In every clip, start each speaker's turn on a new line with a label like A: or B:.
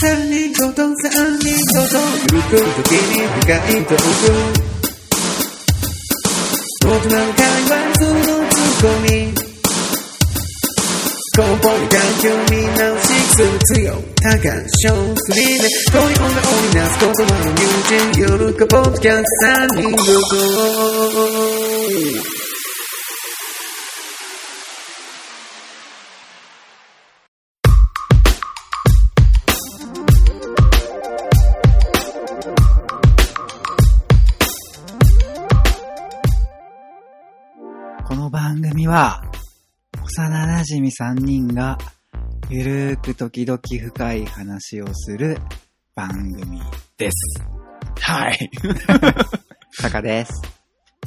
A: 三人ごと三人ごとゆく時に深いトーク僕なんかはそのツッコミ根本環境見直しする強多感症フリーで恋女を織りなす言葉の友人夜かポッドキャスト三人ごと
B: この番組は、幼馴染み3人が、ゆるーく時々深い話をする番組です。
C: はい。
B: タカです。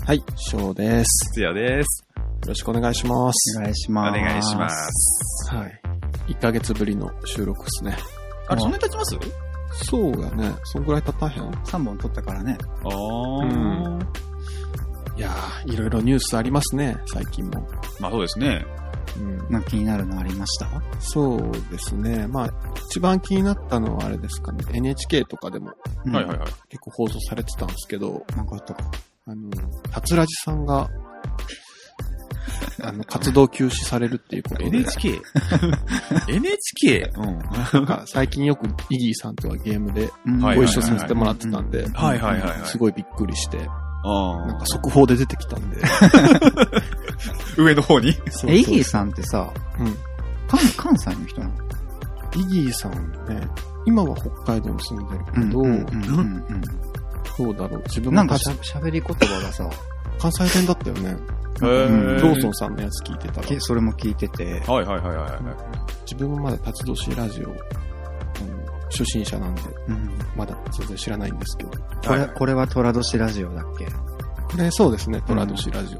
D: はい、翔です。
C: つやです。
D: よろしくお願いします
B: お。願いし
C: お
B: ます。
C: 願いしま。す。
D: はい。1ヶ月ぶりの収録ですね。
C: あれ、そんなに経ちます
D: そうだね。そんぐらい経ったへん
B: 3本撮ったからね。
C: ああ、
D: うんいやー、いろいろニュースありますね、最近も。
C: まあそうですね。
D: うん。
B: まあ、気になるのありました
D: そうですね。まあ、一番気になったのはあれですかね。NHK とかでも
C: はいはいはい。
D: 結構放送されてたんですけど、
B: い。なんかあったか。
D: あの、たつらじさんが、あの、活動休止されるっていうことで、
C: NHK?NHK? NHK? うん。
D: なんか最近よくイギーさんとはゲームで
B: うん
C: はい
D: ご一緒させてもらってたんで、
C: はいはいはいはい
D: すごいびっくりして、なん
C: あ
D: か速報で出てきたんで。
C: ー上の方に
D: そうそう
B: え、イギーさんってさ、
D: うん
B: 関関西の人なの
D: イギーさんね、今は北海道に住んでるけど、
B: うんうんうん
D: どうだろう。自
B: う
D: 分
B: ん。な
D: も
B: んか
D: 関
B: しゃ喋り言葉がさ、
D: 関西弁だったよね。
C: へー
D: ローソンさんのやつ聞いてたら、
B: けそれも聞いてて、
C: はいはいはいはいは
D: 自分もまだ辰年ラジオ、あの初心者なんで、
B: うん
D: まだ全然知らないんですけど。
C: い。
B: こ
C: は
B: れ、
C: い
B: これは虎年ラジオだっけ
D: これそうですね、トラドシラジオ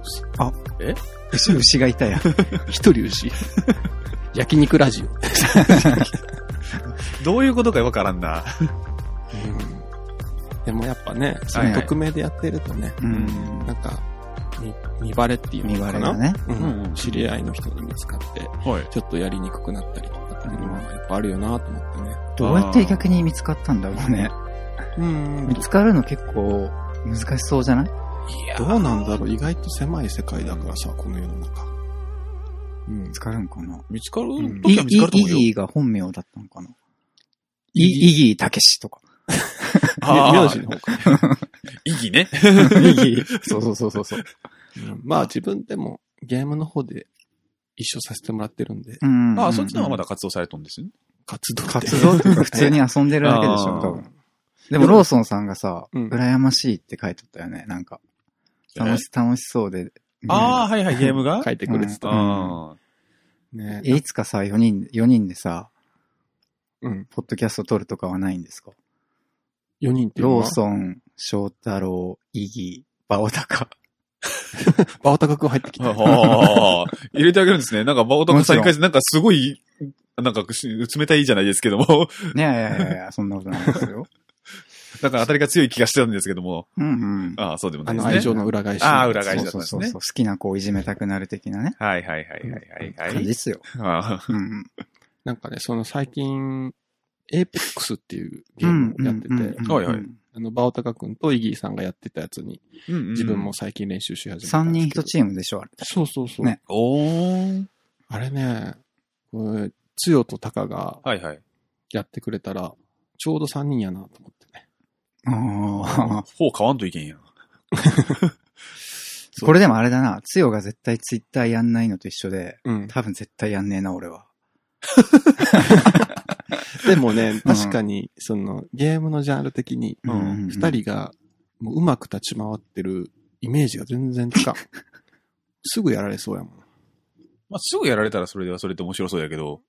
D: です。
B: 牛牛がいたやん。
D: 一人 牛。焼肉ラジオ。
C: どういうことかわからんな。
D: でもやっぱね、その
B: はいはい
D: 匿名でやってるとね、
B: うん。
D: なんか、み見バレっていう
B: 見
D: の
B: バ
D: か
B: レ
D: な、
B: がね。
D: うん
C: う
D: うんん、知り合いの人に見つかって、
C: はい。
D: ちょっとやりにくくなったりとかっていうのはやっぱあるよなと思ってね。
B: どうやって逆に見つかったんだろうね。
D: うん
B: 見つかるの結構難しそうじゃない
D: どうなんだろう意外と狭い世界だからさ、この世の中。うん
B: 見つ。かるんかな
C: 見つかる
D: ん
B: イ
C: 時は見つかると思うよ。
B: イギーが本名だったのかなイイギーたけし とか。
C: あ
D: 名
C: あ
D: 字の方か。
C: イギーね。
B: イギ ー。そうそうそうそうそう。
D: うんまあ自分でもゲームの方で一緒させてもらってるんで、
B: うん。
C: ああ、そっちの方がまだ活動されてるんですね。
D: 活動
B: 活動っていうか普通に遊んでるだけでしょ、
C: あー
B: 多分。でもローソンさんがさ、
D: うん
B: 羨ましいって書いとったよね、なんか。楽し、楽しそうで。
C: ああ、はいはい、ゲームが
D: 書いてくれてた。
C: あ
D: ね
B: え、いつかさ、4人、4人でさ、
D: うん。
B: ポッドキャスト撮るとかはないんですか
D: 4人っていうの
B: ロ
D: は
B: ーソン、翔太郎、イギー、バオタカ。
D: バオタカ君入ってき
C: あ。
D: た。
C: はあ 入れてあげるんですね。なんか、ま男さんに返して、なんかすごい、なんか、し冷たいじゃないですけども、
B: ねえ、いやいやいや、そんなことないですよ。
C: なんか当たりが強い気がしてたんですけども、
B: うんうん。
C: ああ、そうでもな
D: あ
C: いで
D: の
C: すね。
D: 愛情の裏返し。
C: ああ裏返し
B: そう
C: だった
B: そ
C: ん
B: う
C: です
B: そう
C: ね
B: そう。好きな子をいじめたくなる的なね。
C: はいはいはいはいはい、は
B: 感じ
C: い。
B: ですよ。
C: ああ
B: うんうん。
D: なんかね、その最近、エーペックスっていうゲームをやって
B: うんうん
D: て
B: うん、
C: はいはい
D: あの、バオタカ君とイギーさんがやってたやつに、
C: うんうん
D: 自分も。最近練習し始めた。
B: 3人1。チームでしょ、あれ。
D: そうそうそう。
B: ね
C: おー。
D: あれね、これ、つよとたかが
C: はいはい。
D: やってくれたら、ちょうど3人やなと思ってね。
B: ああ。
C: ほう買わんといけんやん。
B: これでもあれだな。つよが絶対ツイッターやんないのと一緒で、
D: うん。
B: 多分絶対やんねえな、俺は。
D: でもね、
B: うん
D: 確かに、その、ゲームのジャンル的に、
B: うんうんうん
D: 2人が、もううまく立ち回ってるイメージが全然つか ん。すぐやられそうやもん。
C: まあ、すぐやられたらそれではそれって面白そうやけど、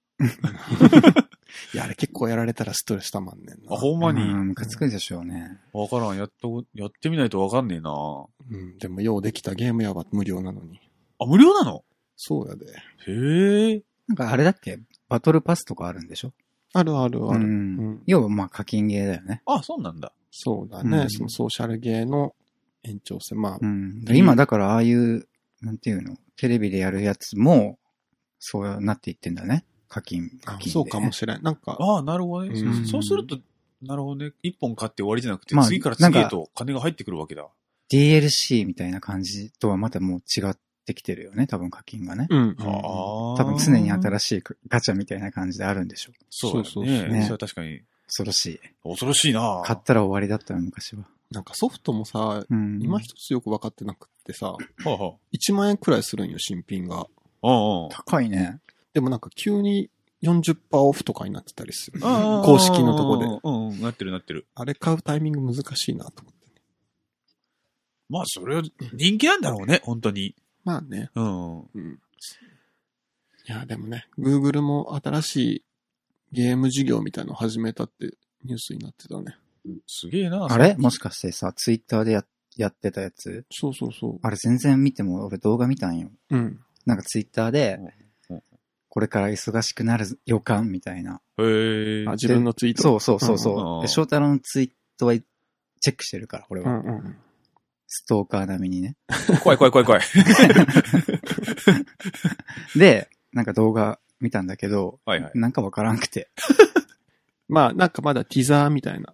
D: いや、あれ結構やられたらストレスたまんねんな。
C: あ、ほんまに。
B: うん、ムカつくでしょうね。
C: わからん。やっと、やってみないとわかんねえな
D: うん。でも、ようできたゲームやわ、無料なのに。
C: あ、無料なの
D: そうやで。
C: へえ。
B: なんかあれだっけバトルパスとかあるんでしょ
D: あるあるあ
B: う
D: る。うん
B: ん。要はまあ課金ゲーだよね。
C: あ、そうなんだ。
D: そうだね、
B: うん
D: そのソーシャルゲーの延長線。まあ、
B: うん。
D: うん
B: 今だからああいう、なんていうのテレビでやるやつも、そうなっていってんだね。課金、
D: あ
B: 課金で。
D: そうかもしれん。なんか、
C: ああ、なるほどね。
D: うん
C: そうそうすると、なるほどね。一本買って終わりじゃなくて、
B: まあ
C: 次から次
B: なん
C: へ
B: か
C: と金が入ってくるわけだ。
B: DLC みたいな感じとはまたもう違ってきてるよね、多分課金がね。
D: うん。
C: ああ。
B: 多分常に
C: しい。
B: 新しいガチャみたいな感じであるんでしょう。
C: そうだ
D: そうそうそう
C: よね。
B: ね
C: それは確かに。
B: 恐ろしい。
C: 恐ろしいな
B: 買ったら終わりだったの、昔は。
D: なんかソフトもさ、
B: うん。
D: 今一つよく分かってなくってさ、
C: は
D: 1万円くらいするんよ、新品が。
C: あはあ。
B: 高いね。
D: でもなんか急に40%オフとかになってたりする。
C: うんうん。
D: 公式のとこで
C: うんうん。なってるなってる。
D: あれ買うタイミング難しいなと思って。
C: まあ、それは人気なんだろうね、本当に。
D: まあね。
C: うん。
D: うん。いや、でもね、Google も新しいゲーム事業みたいのを始めたってニュースになってたね。
C: すげえな
B: あれもしかしてさ、ツイッターでややってたやつ
D: そうそうそ
B: あれ全然見ても、俺動画見たんよ。
D: う。うん。
B: なんかツイッターで
C: うんうん、
B: これから忙しくなる予感みたいな。
C: へえ
D: あ、。自分のツイート。
B: そうそう
C: うん
B: そう
C: うん
B: そうう。
C: ん
B: で翔太郎のツイートはチェックしてるから、俺
D: う
B: は。
D: んうん。
B: ストーカー並みにね。
C: 怖い怖い怖い怖い。
B: で、なんか動画見たんだけど、
C: はいはい
B: なんかわからんくて。
D: まあ、なんかまだティザーみたいな、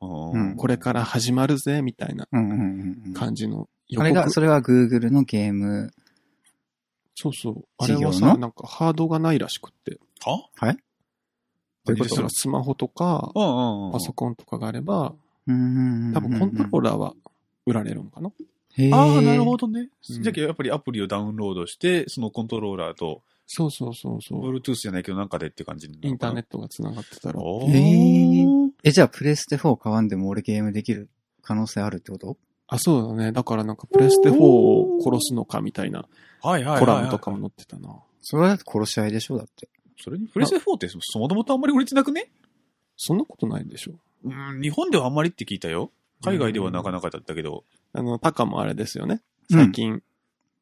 B: う
C: うん
D: これから始まるぜ、みたいな
B: うんうんうんうん。
D: 感じの予告。
B: あれが、それは Google のゲーム、
D: そうそう。あれ
B: 事業の
D: はさ、なんかハードがないらしくって。
C: は
B: どういうこ
D: そした
B: と
D: らスマホとか、
C: うんうんうん。
D: パソコンとかがあれば、
B: 多
D: 多分コントローラーは売られるのかな。
B: へー
C: ああ、なるほどね。
D: うん
C: じゃあ、やっぱりアプリをダウンロードして、そのコントローラーと、
D: そうそうそうそう。
C: Bluetooth じゃないけどなんかでって感じ
D: インターネ
C: ッ
D: ットが繋がってたら。
C: お
B: へ
C: ー
B: ーえ、じゃあプレステ4買わんでも俺ゲームできる可能性あるってこと
D: あ、そうだね。だからなんかプレステ4を殺すのかみたいな
C: はいはいはいはい。
D: コラムとかも載ってたな。
B: それはだって殺し合いでしょだって。
C: それにプレステ4ってそもともとあんまり売れてなくね
D: そんなことないでしょ。
C: うん、日本ではあんまりって聞いたよ。海外ではなかなかだったけど。
D: あの、タカもあれですよね。
B: うん
D: 最近、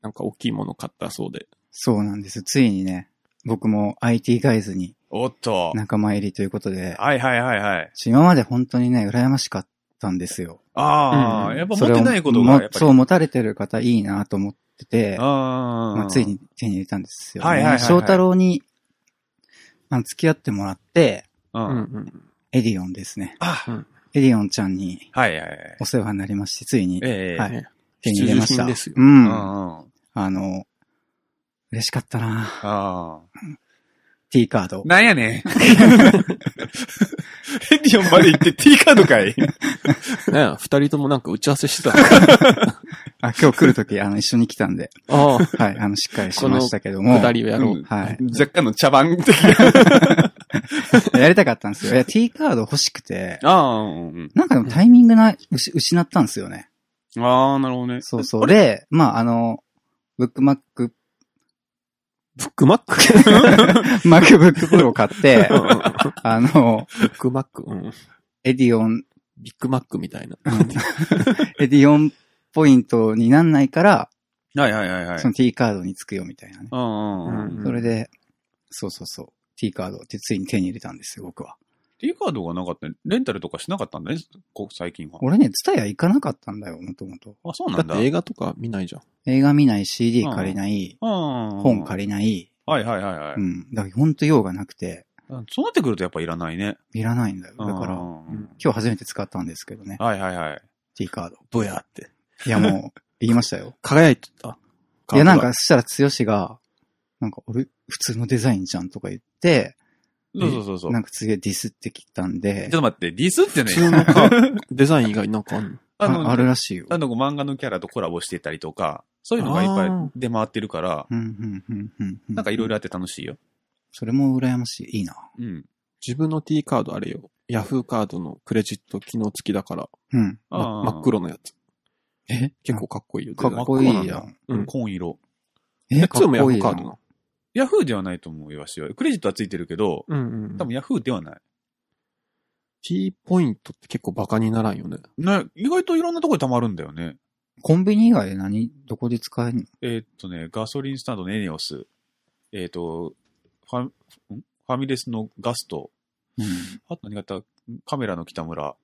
D: なんか大きいもの買ったそうで。
B: そうなんです。ついにね、僕も IT ガイズに
C: おっと。
B: 仲間入りということで、
C: はいはいはいはい。
B: 今まで本当にね、羨ましかったんですよ。
C: ああ、
D: うん
C: やっぱ持ってないことが
B: それ
C: やっ
B: をも
C: ぱり。
B: そう、持たれてる方いいなと思ってて、
C: あー
B: まあ、ついに手に入れたんですよ、ね。
C: はいはいはいはい
B: 翔太郎に、あの、付き合ってもらって、
C: う。
D: うんん
B: エディオンですね。
C: あ
D: うん
B: エディオンちゃんに
C: はいはいはい。
B: お世話になりまして、ついに
C: ええ
B: はい
D: うん。ね
B: 手に入れまし
D: 必需
B: た。
D: 品ですよ
B: う。
C: うんんうん。あ
B: あの、嬉しかったな
C: あ。
B: T カード。
C: なんやねん。ヘディオンまで行って T カードかい
D: え二人ともなんか打ち合わせしてたの。
B: あ、今日来るとき、あの、一緒に来たんで、
D: ああ、
B: はい、 あの、しっかりしましたけども。
D: 下りをやろう。
B: はい。
C: 若干の茶番的
B: やりたかったんですよ。いや、T カード欲しくて、
C: ああ、うん
B: なんかでもタイミングない、うし失ったんですよね。
C: うん。ああ、なるほどね。
B: そうそう。で、まあ、あの、ブックマック、
D: ブックマッ ク
B: マックブックプロを買って
D: う、んうん
B: あの、
D: ブックマック、うん。
B: エディオン、
D: ビッグマックみたいな。
B: エディオンポイントになんないから、
C: はいはいはいはい
B: そ。の T カードにつくよみたいなね。
C: うんうんうん。
D: うん
B: それで、そうそうそう。T カードってついに手に入れたんですよ、僕は。
C: T カードがなかったねレンタルとかしなかったんだね、こ最近は。
B: 俺ね、ツタヤ行かなかったんだよ、もともと。
C: あ、そう
D: だ
C: なんだ。
D: って映画とか見ないじゃん。
B: 映画見ない、CD 借りない、
C: 本
B: 本借りない、。
C: り。はいはいはいはいう
B: ん。だからほんと用がなくて、
C: そうなってくるとやっぱいらないね。
B: いらないんだよ。だから、
C: う
B: 今
C: んうん
B: 日初めて使ったんですけどね
C: う、んはいはいはい。
B: T カード。
D: ブヤって。
B: いやもう、言いましたよ。
D: 輝いてた。
B: いやなんか、そしたら剛が、なんか俺、普通のデザインじゃんとか言って、
C: そうそうそうそう。
B: なんかすげえディスってきたん
C: ちょ
B: で
C: っ、と待って、ディスってね
D: 普、通のカー ドデザイン以外なんかあんの
C: あ
B: あ
C: の、
B: あ
C: あ
B: るらしいよ。
C: の漫画のキャラとコラボしてたりとか、そういうのがいっぱい
D: あー
C: 出回ってるから
B: う、ん、うん、うん、うんうん。
C: なんかいろいろあって楽しいよ。
B: それも羨ましい。いいな。
C: うん。
D: 自分の T カードあれよ。ヤフーカードのクレジット機能付きだから、
B: うん。
D: ま
C: あー
D: 真っ。黒のやつ。
B: え
D: 結構かっこいいよ。
B: かっこい
D: デザ
B: い
D: イン
B: や
D: が
B: ん。
D: うん
C: 紺色。
B: え、
D: こっち
B: かっ
D: もヤフ
B: こいい
D: ーカ
B: や。
D: ードなんの。
C: ヤフーではないと思うよ、わしは。クレジットはついてるけど、
D: うんうん
C: 多分ヤフーではない。
D: T ポイントって結構バカにならんよね。
C: ね、意外といろんなところで溜まるんだよね。
B: コンビニ以外で何、どこで使えるの
C: えーっとね、ガソリンスタンドのエネオス、えーっと、ファんファミレスのガスト、あと何があったカメラの北村、あ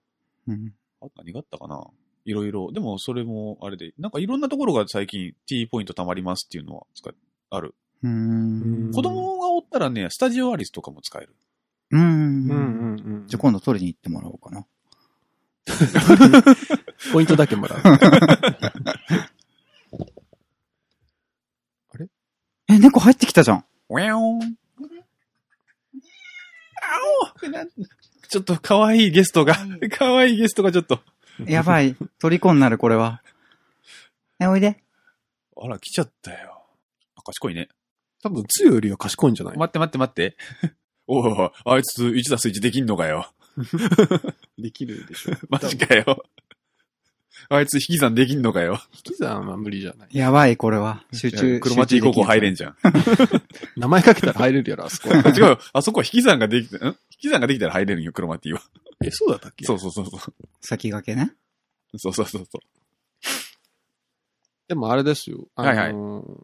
B: うん。うん
C: と何があったかないろいろ。でもそれもあれで、なんかいろんなところが最近 T ポイント貯まりますっていうのは使っある。
B: うーん
D: うん
C: 子供がおったらね、スタジオアリスとかも使える。
B: う。
D: うんんうんうん
B: じゃあ今度取りに行ってもらおうかな。
D: ポイントだけもら う。
B: え、猫入ってきたじゃん。
C: ウェオン。あおなんちょっと可愛いゲストが、可愛いゲストがちょっと。
B: やばい。虜になる、これは。え、おいで。
C: あら、来ちゃったよ。あ、賢いね。
D: 多分、つよよりは賢いんじゃない
C: 待って待って待って。おお、あいつ1たす1できんのか よ。
D: できるでしょ。
C: マジかよ。あいつ引き算できんのかよ。
D: 引き算は無理じゃない。
B: やばい、これは。集中。
C: クロマティ高校入れん
B: ん。
C: じゃん。
D: 名前かけたら入れるやろ、あ そこ。
C: あ違うよ。あそこは引き算ができて、ん引き算ができたら入れるんよ、クロマティは。
D: え、そうだったっけ
C: そうそうそうそう。
B: 先駆けね。
C: そうそうそうそ
D: でもあれですよ。あのー
C: はい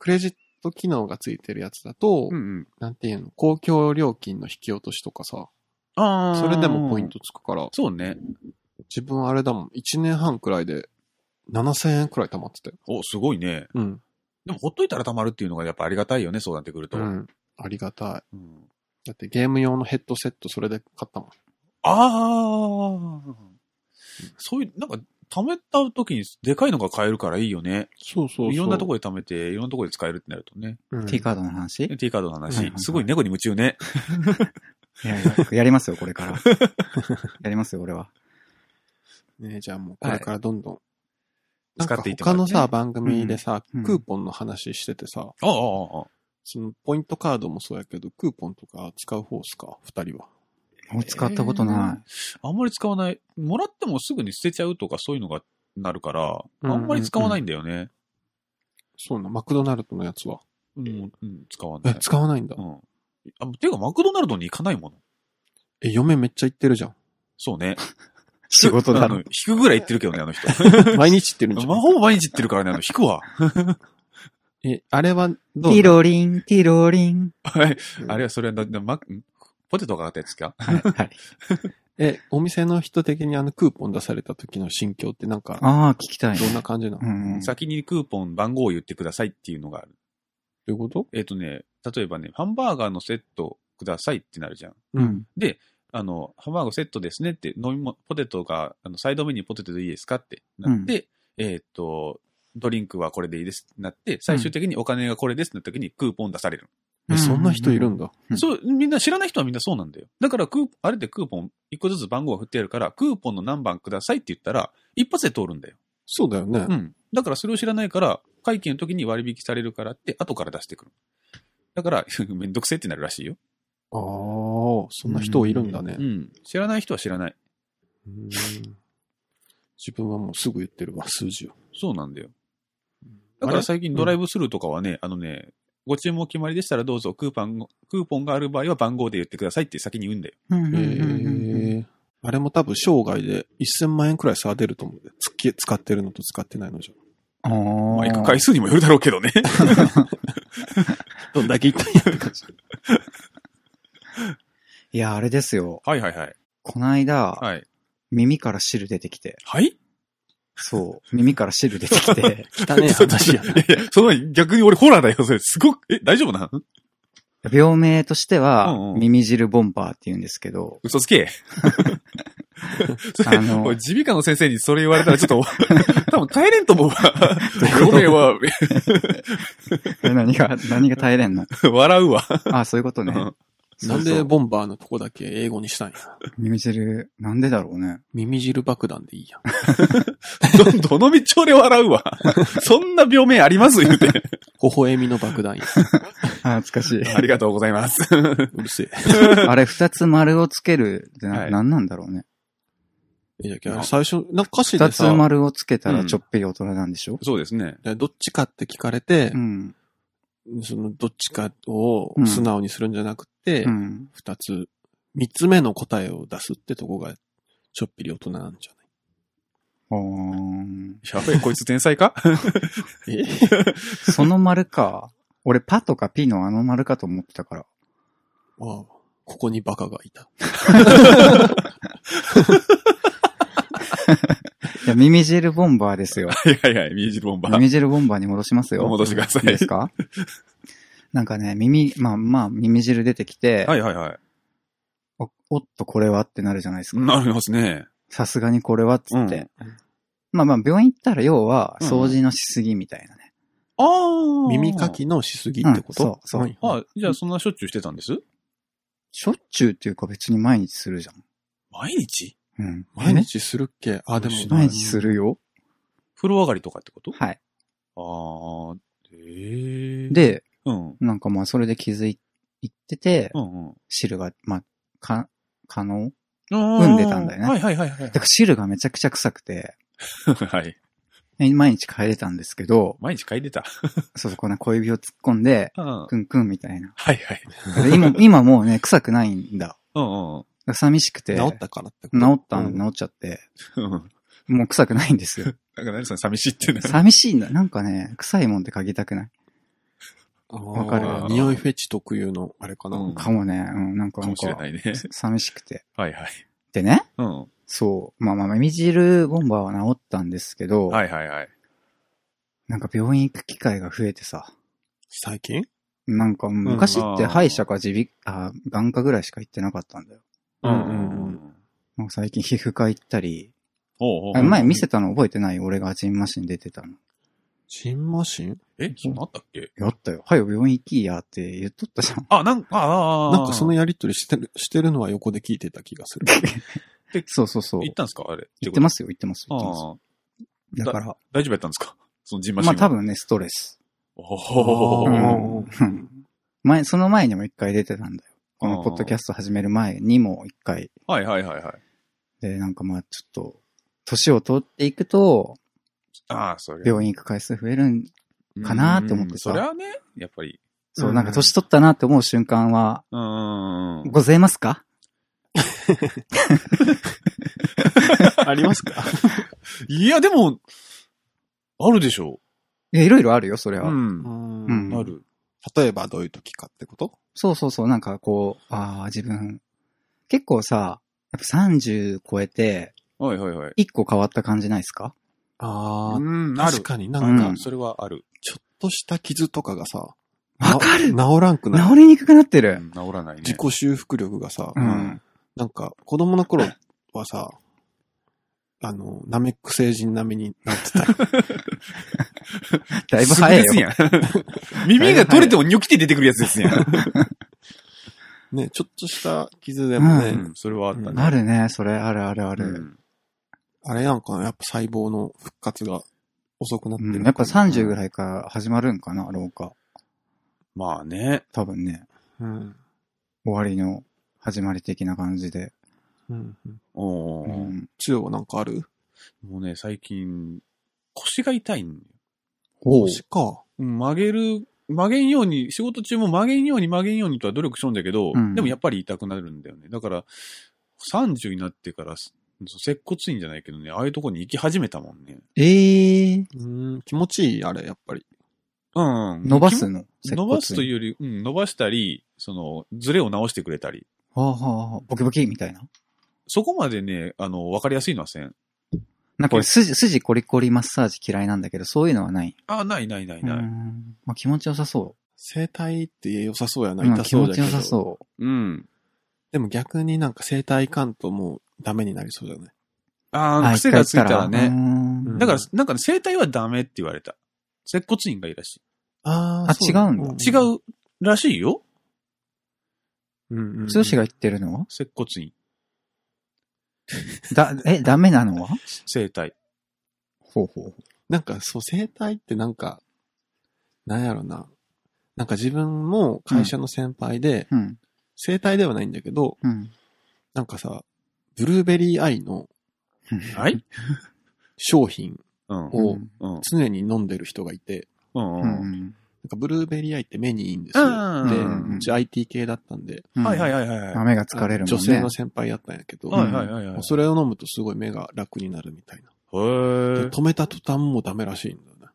D: クレジット機能がついてるやつだと、
C: う。うんうん。
D: なんていうの、公共料金の引き落としとかさ、
C: あ
D: それでもポイン。トつくから、
C: そうね。
D: 自分あれだもん、1年半くらいで7000円くらい貯まってたよ。
C: お、すごいね。
D: うん。
C: でもほっといたら溜まるっていうのがやっぱありがたいよね、そうなってくると。
D: うん。ありがた
C: うん
D: い。だってゲーム用のヘッドセットそれで買ったもん。
C: ああ。そういう、なんか、貯めた時にでかいのが買えるからいいよね。
D: そうそうそう。
C: いろんなとこで貯めて、いろんなとこで使えるってなるとね。
D: うん
B: T カードの話
C: T カードの
B: はいはい
C: 話
B: は。い
C: すごい猫に夢中ね。
B: いやいや、やりますよ、これから。やりますよ、俺は。
D: ねじゃあもうこれからどんどん。なん
C: 使
D: か
C: っていってもら
D: 他
C: って
D: の
C: ね
D: さ、番組でさ、
B: うんうん
D: クーポンの話しててさ、
C: ああ、ああ、あ
D: そのポイントカードもそうやけど、クーポンとか使う方っすか二人は。
B: もう使ったことな
C: あ。あんまり使わない。もらってもすぐに捨てちゃうとかそういうのがなるから、
D: うん
C: あんまり使わないんだよね。
D: そうな、マクドナルドのやつは。
C: うん、うん使わな
D: え、
C: い。
D: 使わないんだ
C: う。ん。あ、ていうか、マクドナルドに行かないもの。
D: え、嫁めっちゃ行ってる じゃん。
C: そうね。
B: 仕事だ
C: あの、引くぐらい行ってるけどね、あの 人。
D: 毎日行ってるん じゃ
C: 魔
D: ん。
C: 法も毎日行ってるからね、あの、引くわ。
D: え、あれはどう
B: い。ティロリン、ティロリン。
C: はい。
D: うん
C: あれは、それはな、なマんポテトがあったやつか
B: はい、はい。
D: え、お店の人的にあのクーポン出された時の心境ってなんか、
B: ああ、聞きたい
D: どんな
B: ね。
D: 感じなの
B: う
D: ど
B: んうん。
C: 先にクーポン、番号を言ってくださいっていうのがある。
D: ういうこと
C: えっ、とね、例えばね、ハンバーガーのセットくださいってなるじゃん。
B: うん。
C: あの、ハンバーガーセットですねって、飲み物、ポテトが、あの、サイドメニューポテトでいいですかってなって、えっ、と、ドリンクはこれでいいですってなって、最終的にお金がこれですってなった時にクーポン出される。
D: え、そんな人いる
B: の
D: んだ。
B: うん
C: そう、みんな知らない人はみんなそうなんだよ。だからクー、あれってクーポン、一個ずつ番号が振ってあるから、クーポンの何番くださいって言ったら、一発で通るんだよ。
D: そうだよね。
C: うん。だからそれを知らないから、会計の時に割引されるからって、後から出してくる。だから、 めんどくせえってなるらしいよ。
D: ああ、そんな人いるんだね
C: う。ん。知らない人は知らない。
D: うん自分はもうすぐ言ってるわ、数字を。
C: そうなんだよ。
D: だ
C: だか
D: からら
C: 最近ドライブスルーとかはね、あのね、ご注文お決まりでしたらどうぞ、クーパンを、クーポンがある場合は番号で言ってくださいって先に言うんだよ。
B: うんう
D: え
B: んうんうん
D: ー、あれも多分生涯で1000万円くらい差は出ると思うんで、つけ使ってるのと使ってないのじゃ。
B: あ
C: まあ、行
B: ー
C: く回数にもよるだろうけどね。
D: どんだけ言ったんやって感じ。
B: いや、あれですよ。
C: はいはいはい。
B: こないだ、
C: はい。
B: 耳から汁出てきて。
C: はい
B: そう。耳から汁出てきて。
D: 汚ねえ 話や
C: い。やいや、その前に逆に俺ホラーだよ、それ。すごく、え、大丈夫なん
B: 病名として
C: うん
B: は、
C: うん
B: 耳汁ボンバーって言うんです けど、
C: 嘘つけ。それ、
B: あの
C: おい耳鼻科の先生にそれ言われたらちょっ と、多分耐えれんと思うわ。ごめんは、
B: え何が、何が耐えれんの
C: 笑うわ。
B: あ、そういうことね。
C: うん
D: なんでボンバーのとこだけ英語にしたんや。
B: 耳汁、なんでだろうね。
D: 耳汁爆弾でいいやん。
C: ど、どの道俺笑うわ。そんな病名あります言うて。
D: 微笑みの爆弾や。
B: あ、懐かし い。
C: ありがとうございます。
D: うるせえ。
B: あれ、二つ丸をつけるってな、
C: はい
B: なんなんだろうね。
D: いやいや、最初、なんか歌詞
B: 二
D: で
B: つ
D: さ、
B: 丸をつけたらちょっぴり大人なんでしょ
C: そうですね。
D: どっちかって聞かれて
B: う、ん。
D: そのどっちかを素直にするんじゃなくて
B: う、ん。
D: 二つ、三つ目の答えを出すってとこが、ちょっぴり大人なんじゃ
B: あー
C: やべえ、こいつ天才 か
D: ないえ
B: その丸か。俺、パとかピのあの丸かと思ってたから。
D: わあ、ここにバカがいた。
B: いや、耳汁ボンバーです よ。
C: はいはいはい、ミュージルボンバー。
B: 耳汁ボンバーに戻しますよ。
C: 戻してください
B: いいですかなんかね、耳、まあまあ、耳汁出てきて、
C: はいはいはい。
B: おおっと、これはってなるじゃないですか。
C: なりますね。
B: さすがにこれはっつって。
C: うん
B: まあまあ、病院行ったら要は、
C: うん
B: 掃除のしすぎみたいなね。
C: ああ
D: 耳か。きのしすぎってこと、
B: うんそうそう
D: はいはい
C: あ、じゃあそんなしょっちゅうしてたんです
B: しょっちゅうっていうか別に毎日するじゃん。
C: 毎日
B: うん。
D: 毎日するっけあ、でも。
B: え毎日するよ。
C: 風呂上がりとかってこと
B: はい。
C: ああ、ええ。、
B: で、
C: うん。うん
B: なんかまあ、それで気づいてて、
C: うん。
B: 汁が、まあ、か、可能
C: 産
B: んでたんだよね
C: はいはいはいはい
B: だ。から汁がめちゃくちゃ臭くて、
C: はい。
B: え毎日嗅いでたんですけど、
C: 毎日嗅いでた。
B: そうそう、こんな小指を突っ込んで、
C: うん。は
B: クンクンみたいな。
C: いはい。
B: で今、今もうね、臭くないんだ。だか
C: うんうん
B: ら寂しくて。
D: 治ったからってこと
B: 治った
D: う
B: の、
D: ん
B: 治っちゃって。
C: うん。
B: もう臭くないんですよ。
C: なんか何それ寂しいってね。
B: 寂しいんだ。なんかね、臭いもんって嗅ぎたくない。
D: あー
B: わかる
D: 匂いフェチ特有の、あれかな。
C: うん
B: かもね、うん、なんか
C: か
B: なん
C: もしれ
B: か
C: な、いね。
B: 寂しくて。
C: はいはい。
B: でね、
C: うん。
B: そう、まあまあ、耳汁ボンバーは治ったんですけど、
C: はいはいはい。
B: なんか病院行く機会が増えてさ、
D: 最近
B: なんか昔って
C: あー
B: 歯医者か耳鼻、あー眼科ぐらいしか行ってなかったんだよ。
D: うんうんうん。
B: もう最近皮膚科行ったり、
C: おうおう
B: あ前見せたの覚えてない俺がジンマシン出てたの。
D: ジンマシン
C: え、そうなったっけ
B: やったよ。はよ病院行きやって言っとったじゃん。
C: あ、なんか、ああああ、
D: なんかその
C: 行
D: やりとりしてる、してるのは横で聞いてた気がす る。
B: そうそうそう。
C: ったんですかあれ。。
B: 行ってますすよ、行ってます、
C: あ
B: 行ってます。
C: あ、
B: だから、
C: 大丈夫やったんですかそのジンマシン
B: まあ
C: は。
B: 多。分ね、ストレス。
C: お
B: うん
C: ー
B: うん 前、その前にも一回出てたんだよ。こ
C: あ
B: の
C: ー
B: ポッドキャスト始める前にも一回。
C: はいはいはいはい。
B: で、なんかまあちょっと、年を取っていくと、
C: ああ、それ。
B: 病院行く回数増えるん、かなーって思ってさ
C: うんそれはね、やっぱり。
B: そうう、
D: ん
B: なんか年取ったなって思う瞬間は、
C: うーん。
B: ございますか
D: ありますか
C: いや、でも、あるでしょ
B: いや、いろいろあるよ、それ
C: う。
B: は。
C: ん。
D: ん
C: ある。
D: 例えばどういう時かってこと
B: そうそうそう、なんかこう、ああ、自分、結構さ、やっぱ30超えて、
C: はいはいはい。
B: 一個変わった感じないですか
D: あ
C: うん、
D: あ、
C: ある
D: 確。かにな
B: うん
D: か
B: ん、
C: それはある。
D: ちょっとした傷とかがさ、
B: わか
D: る治らんくなる。
B: 治りにくくなって
C: う
B: る。
C: ん治らないね。
D: 自己修復力がさ、
B: うん。
D: なんか、子供の頃はさ、あの、ナメック星人並みになってたよ。
B: だいぶ早いよ。
C: すぐですやん耳が取れてもニョキって出てくるやつですやん。
D: ね、ちょっとした傷でもね、
C: うん、それはあった
D: うん
C: ね。
B: あるね、それ、あるあるあ
C: う
B: る。
C: ん。
D: あれなんかなやっぱ細胞の復活が遅くなってる、
B: うんやっぱ30ぐ
D: い。
B: らいから始まるんかな、老化。
C: まあね。
B: 多分ね、
D: うん。
B: 終わりの始まり的な感じで。
D: うん。うん
C: お
B: う
C: ー
B: ん。
D: つよはなんかある
C: もうね、最近、腰が痛いんよ
B: おう
D: 腰か。
C: うん曲げる、曲げんように、仕事中も曲げんように曲げんようにとは努力しとんだけど、
B: うん
C: でもやっぱり痛くなるんだよね。だから、30になってから、そ接骨院じゃないけどね、ああいうとこに行き始めたもんね。
B: ええー、
D: うん、気持ちいいあれ、やっぱり。
C: うん。
B: 伸ばすの
C: 伸ばすという
B: う。
C: より、うん、伸ばしたり、その、ズレを直してくれたり。
B: はあはあはあ、ボキボキみたいな。
C: そこまでね、あの、わかりやすいのはせん。
B: なんか俺、筋、筋コリコリマッサージ嫌いなんだけど、そういうのはない。
C: あ、ないないないうない。
B: ん。まあ、気持ちよさそ
D: 整体って良さそうや
B: う。
D: な、
B: うん、
D: 痛
B: 気
D: そう
B: 持
D: だ
B: ち
D: けど。
B: よさそう。
C: うん。
D: でも逆になんか整体行かんともうダメになりそうじゃない
C: あ
B: あ
C: あ、癖がついたら
B: う
C: ね。
B: ん
C: だから、なんかね整体はダメって言われた。接骨院がいいらし
D: あ
B: あ
D: そうだ
B: 違うんだ
C: い。違うらしいよ
D: うん。うんうん
B: 剛が言ってるのは
C: 接骨院。
B: だ、え、ダメなのは
C: 整体。
B: ほうほう。
D: なんかそう、整体ってなんか、なんやろな。なんか自分も会社の先輩で、
B: うん。
D: 整体ではないんだけど、
B: うん。
D: なんかさ、ブルーベリーアイの
C: はい
D: 商品
C: うん。うん。
D: お
B: うん
C: うん。
D: 常に飲んでる人がいて、
C: うん。
B: う
C: うん
B: ん。
D: なんかブルーベリーアイって目にいいんですよ。
C: うん
D: で、
B: うん
D: うち IT 系だったんで、
B: うん
C: はいはいはいはい。はい
B: 目が疲れるもんね。
D: 女性の先輩やったんやけど、
C: はいはいはい。
D: それを飲むとすごい目が楽になるみたいな。
C: へー
D: で止めた途端もうダメらしいんだよね。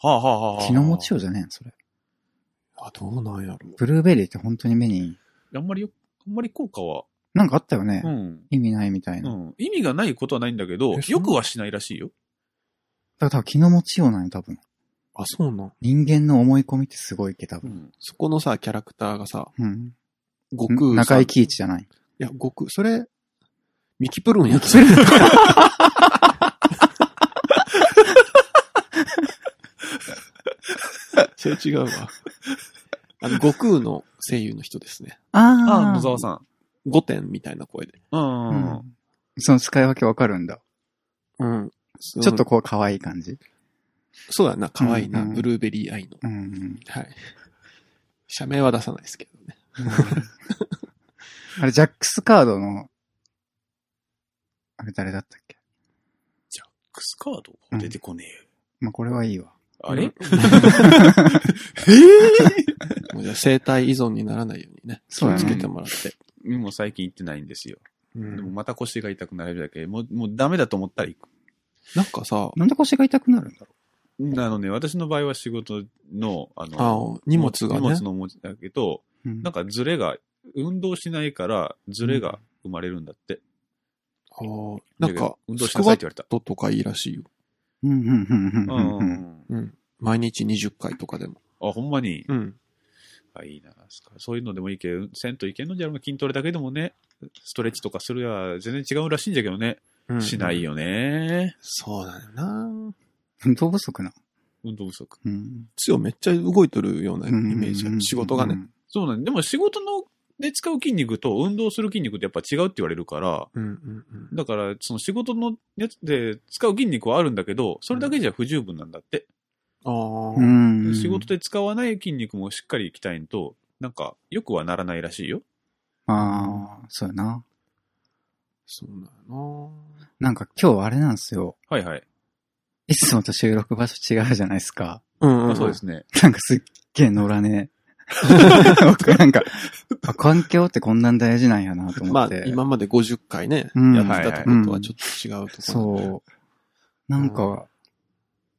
C: はあはあはあはあ。
B: 気の持ちようじゃねえのそれ。
D: あ、どうなんやろう。
B: ブルーベリーって本当に目にいい。
C: あんまりよ、あんまり効果は。
B: なんかあったよね。
C: うん。
B: 意味ないみたいうな。だ
C: ん。意味がないことはないんだけど
D: え、そん
C: よくはしないらしいよ。
B: から多分気の持ちようなんよ、多分。
D: あ、そうなん。
B: 人間の思い込みってすごいけど、多
C: う
B: 分
C: ん。
D: そこのさ、キャラクターがさ、
B: うん。
D: 悟空さん。
B: 中井
D: い
B: 貴一じゃない。
D: や、悟空、それ、ミキプルーンやつ。それ違うわ。あの、悟空の声優の人ですね。
C: あ、
B: あ
C: 野沢さん。
D: 五点みたいな声で。
C: うんうんうん。
B: その使い分けわかるんだ。
D: うん。ち
B: ちょっと、こう可愛い感じ。
D: そうだな、可愛いな、
B: うんうん
D: ブルーベリーアイの。
B: うんうん。
D: はい。社名は出さないですけどね。
B: あれ、ジャックスカードの、あれ誰だったっけ
C: クスカード
B: うん
C: 出てこねえよ。
B: まあ、これはいいわ。
C: あ れ、
D: うんもうじゃあ生体依存にならないようにね。気
B: そう
D: を
B: だね
D: つけてもらって。
C: もう最近行ってないんですよ。
D: う
C: でも
D: ん
C: また腰が痛くなれるだけ。もう、もうダメだと思ったら行く。
D: なんかさ、
B: なんで腰が痛くなるんだろ
C: あのね、私の場合は仕事の、あの、
D: あ荷物が
C: 荷
D: ね
C: 物。の持ちだけど、
B: う。うん
C: なんかズレが、運動しないからズレが生まれるんだって。
D: あーなん
C: で
D: か、
C: 運動
D: ス
C: しな
D: ク
C: さい
D: ワ
C: って
D: ッ
C: 言われた。
D: トとかいいらしいよ。
B: うんうんうんう
C: うんん
B: う
C: うん
B: うんん。
C: うん。
D: うん。毎日20回とかでも。
C: あ、ほんまに。
D: うん。
C: あ、いいな。そういうのでもいいけど、銭湯行けんのじゃろうな筋トレだけでもね、ストレッチとかするや、全然違うらしいんじゃけどね。しない
D: よ。
C: よね。
D: そうだよな。
B: 運動不足な。
C: 運動不足。
B: うん。
D: 強めっちゃ動いとるようなイ
B: うん
D: メージが。仕事がね。。
C: そうなんでも仕事ので使う筋肉と運動する筋肉ってやっぱ違うって言われるから、
D: うんうんうん。
C: だから、その仕事のやつで使う筋肉はあるんだけど、それだけじゃ不十分なんだって。
D: ああ、
B: うん。うん
C: 仕事。で使わない筋肉もしっかり鍛えんと、なんか、良くはならないらしいよ。
B: ああ、そうやな。
D: そうだよな。
B: なんか今日あれなんですよ。
C: はいはい。
B: いつもと収録場所違うじゃないですか。
D: うん
C: あそうで。すね。
B: なんかすっげえ乗らねえ。僕なんか、あ環境ってこんなん大事なんやなと思って。
D: まあ、今まで50回ね、
B: うん
D: やってたとこ
B: はい
D: ろ
B: はい
D: とはちょっと違うところ。
B: そう。なんか、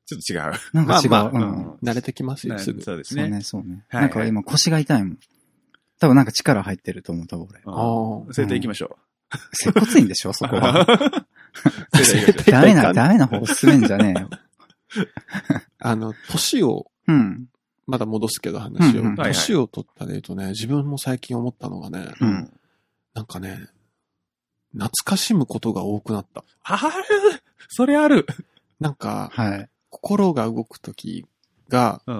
C: ちょっと違 う。
B: なんか違う。
D: まあ
B: う
D: ま
C: う、
B: ん
C: ん
D: 慣れてきますよ、
C: ね
D: すぐ。
C: そうです
B: そう
C: ね。
B: ね、そうね。
C: はい
B: なんか今腰が痛いもん。多分なんか力入ってると思う、多分俺。
C: ああ。
D: ああ。
C: 整体行きましょ
B: 接骨院でしょ、そこは。
C: う。 整体行きましょ
B: ダ メな、ダメな方を進めんじゃねえよ。
D: あの、年を、
B: うん。
D: まだ戻すけど話を。
B: うんう
C: は
B: ん
C: いはい
D: 年を取ったで言うとね、自分も最近思ったのがね、
C: う。
B: う
C: うんん。
D: なんかね、懐かしむことが多くなった。
C: あるそれある
D: なんか、
B: はい。
D: 心が動くときが、
C: う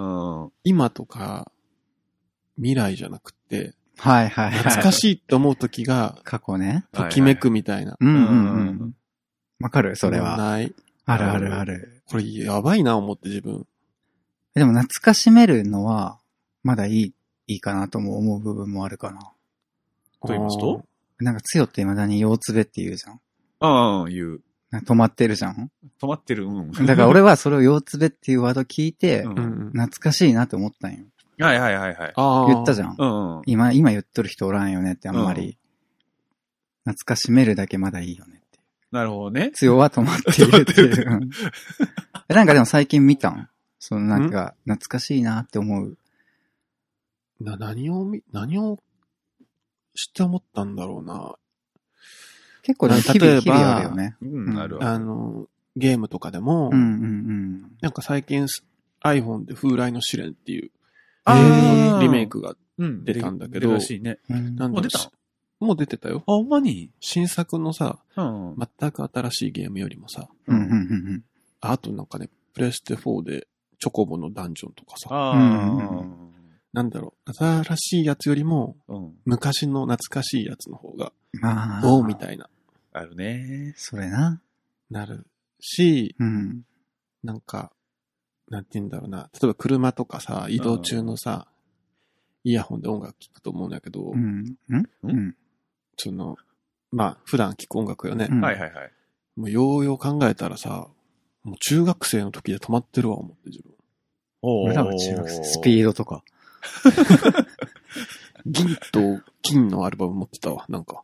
C: ん。
D: 今とか、未来じゃなくって、
B: はいはいはい。
D: 懐かしいって思うときが、
B: 過去ね。
C: はいは
D: と
C: い
D: きめくみたいな。
B: うんうんう。
C: うん
B: わかるそれは。
D: ない。
B: あるあるある。
D: これやばいな、思って自分。
B: でも懐かしめるのは、まだいい、いいかなとも思う部分もあるかな。
C: と言いますと
B: なんか、つよって未だに腰つべって言うじゃん。
C: ああ、言う。
B: なんか止まってるじゃん。
C: 止まってる。うん。
B: だから俺はそれを腰つべっていうワード聞いて、
C: うん
D: あー、うんうん。
B: 懐かしいなって思ったんよ。
C: はいはいはいはい。
D: ああ。
B: 言ったじ
D: ゃん。
B: ゃん。
C: うんうん。
B: 今、今言っとる人おらんよねってあんまり。懐かしめるだけまだいいよねって。
C: なるほどね。
B: つよは止まっているっていう。うん なんかでも最近見たん。そのなんか、懐かしいなって思う。
D: な、何をみ、何をして思ったんだろうな。
B: 結構ね、
D: な
B: 日
D: 例えば
B: 々、日々あるよね。
C: うん、なるわ。
D: あの、ゲームとかでも、
B: うんうん
D: なんか最近 iPhone で風来の試練っていう
C: あー
D: リメイクが、
C: うん。
D: 出たんだけど
C: 出るらしいね。
B: うんうん。
D: なん
C: も
D: だろ
C: う出
D: う
C: たのあ、
D: もう出てたよ。
C: ほんまに
D: 新作のさ、
C: うん。
D: 全く新しいゲームよりもさ、
B: うんうんうん
D: ああとなんかね、プレステ4でチョコボのダンジョンとかさ、
C: あ
D: なんだろう、新しいやつよりも
C: あ。うん。
D: 昔の懐かしいやつの方が、
B: うん。まあ。
D: おうみたいな、
C: あるね。
B: それな。
D: なるし、
B: うん。
D: なんか、なんて言うんだろうな、例えば車とかさ、移動中のさ、イヤホンで音楽聴くと思うんだけど、
B: うん。うんうん。
D: その、まあ、普段聴く音楽よね。
B: うん
C: はいはいはい。
D: もう、ようよう考えたらさ、もう中学生の時で止まってるわ、思って自分。
C: お
B: 俺らは中学生。スピードとか。
D: 銀と金のアルバム持ってたわ、なんか。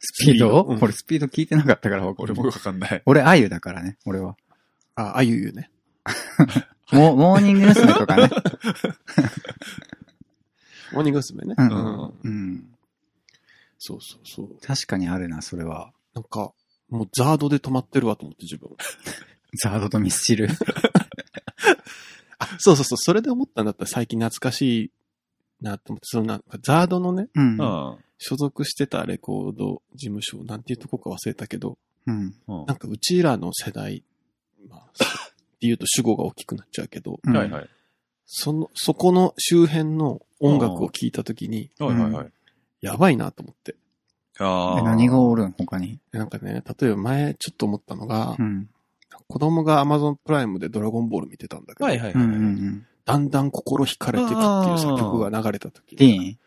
B: スピード
D: うん
B: 俺スピード聞いてなかったから、
C: 俺
B: 俺
C: も
B: も
C: わ。かんない。
B: 俺、あゆだからね、俺は。
D: あ、あゆゆね。
B: もうモーニング娘。とかね。
D: モーニング娘。ね。
B: うんうん。
D: そうそうそう。
B: 確かにあるな、それは。
D: なんか、もうザー ドで止まってるわと思って自分。
B: ザードとミスチル。
D: そうそうそう、それで思ったんだったら最近懐かしいなって思って、そのなんかザードのね、
B: うん。
C: う
B: うん
C: ん。
D: 所属してたレコード事務所、なんていうとこか忘れたけど、
B: うん。
C: うん
D: なんかうちらの世代、まあ、そうっていうと主語が大きくなっちゃうけど、
B: うん
C: はいはい。
D: その、そこの周辺の音楽を聴いたときに、
C: はいはいはい。
D: やばいなと思って。
C: あ
B: え
C: ー
B: 何がおるん他に。
D: なんかね、例えば前ちょっと思ったのが、
B: うん。
D: 子供が Amazon プライムでドラゴンボール見てたんだけど、
C: はいはい
B: うん
C: は
B: う
C: い
B: んう
C: はい。
B: ん。
D: だんだん心惹かれていくっていう作曲が流れた時
B: ディ
D: に。
B: ーン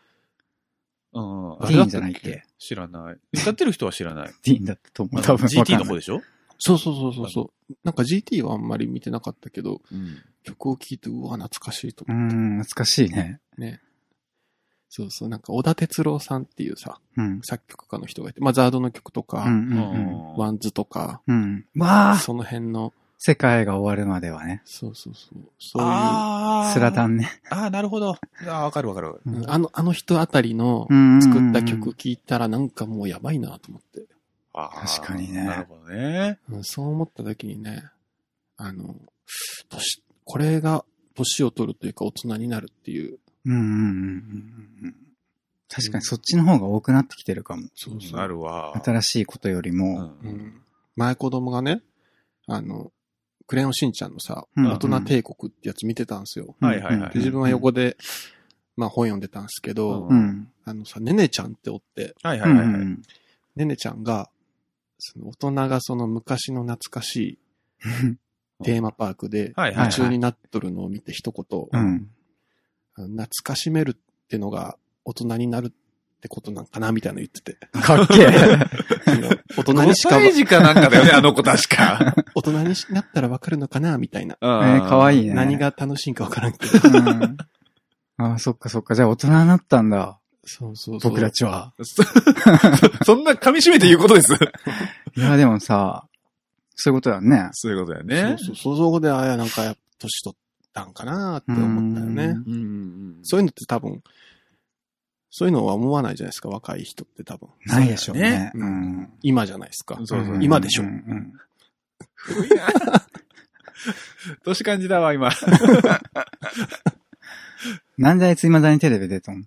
C: うん
D: あれ
B: ディ
D: だったっけ
B: ーンじゃないっけ
C: 知らない。歌ってる人は知らない。
B: ディーンだったと思う。 多分
C: GT の方
B: で。
C: でしょ
D: そうそうそうそうそう。なんか GT はあんまり見てなかったけど、
C: うん。
D: 曲を聴いて、うわ、懐かしいと
B: う
D: 思って。
B: ん、懐かしいね。
D: そうそう、なんか小田哲郎さんっていうさ、
B: うん。
D: 作曲家の人がいて、まあザードの曲と
B: う
D: か、
B: ん
C: う
B: うん
C: ん
D: ワンズとか、
B: うん。うん。まあ、
D: その辺の、
B: 世界が終わるまではね。
D: そうそうそう、そういう、あ
C: あー
B: スラタ。ンね。
C: ああ、なるほど。ああ、わかるわかるわかる。
B: うん
D: の、あの人あたりの作
B: 作
D: った曲。聴いたらなんかもうやばいなと思って。
C: あー
B: 確かにね
C: なるほどね。
D: うんそう思った時にね、あの、年、これが年を取るというか大人になるっていう、
B: うんうんうんうんうんうん。確かにそっちの方が多くなってきてるかも。
D: そうそう。
C: なるわ。
B: 新しいことより
C: う。
B: も。
D: うんん。前子供がね、あの、クレヨンしんちゃんのさ、
B: うん
D: 大人帝国ってやつ見てたんですよ。
C: はいはいはい
D: で自分は横で、まあ本読んでたんですけど、
B: うん。うん
D: あのさ、ねねちゃんっておって、
C: はいは
B: う
C: い
B: ん
C: は
B: う
C: いはい。
B: ん。
D: ねねちゃんが、その大人がその昔の懐かしいテーマパークで、
C: はいはい
D: 夢中になっとるのを見て一言、
B: うん。
D: あの懐かしめるってのが大人になるってことなんかなみたいなの言ってて。
B: か っけえ。
D: その大人
C: 5
D: にしか、
C: 歳児かなんかだよね、あの子確か。
D: 大人になったらわかるのかなみたいな。
C: え
B: えー、かわいいね。
D: 何が楽しいんかわからんけど。
B: うんああ、そっかそっか。じゃあ大人になったんだ。
D: そうそうそう。
B: 僕たちは。
C: そ そんな噛み締めて言うことです。
B: いや、でもさ、そういうことだよね。
C: そういうことだよ
D: そ
C: ね
D: う。そう。想像で、ああ、なんかやっぱ年取ったんかなって思ったよね。
C: うんうん
D: そういうのって多分、そういうのは思わないじゃないですか、若い人って多分。
B: ないでしょうね。
D: そうだね
B: ん。
D: 今じゃないですか
C: うん。。そうそううん
D: 今でしょ
B: うんうん
C: 古いな年感じだわ、今。
B: なんであいつ未だにテレビ出とん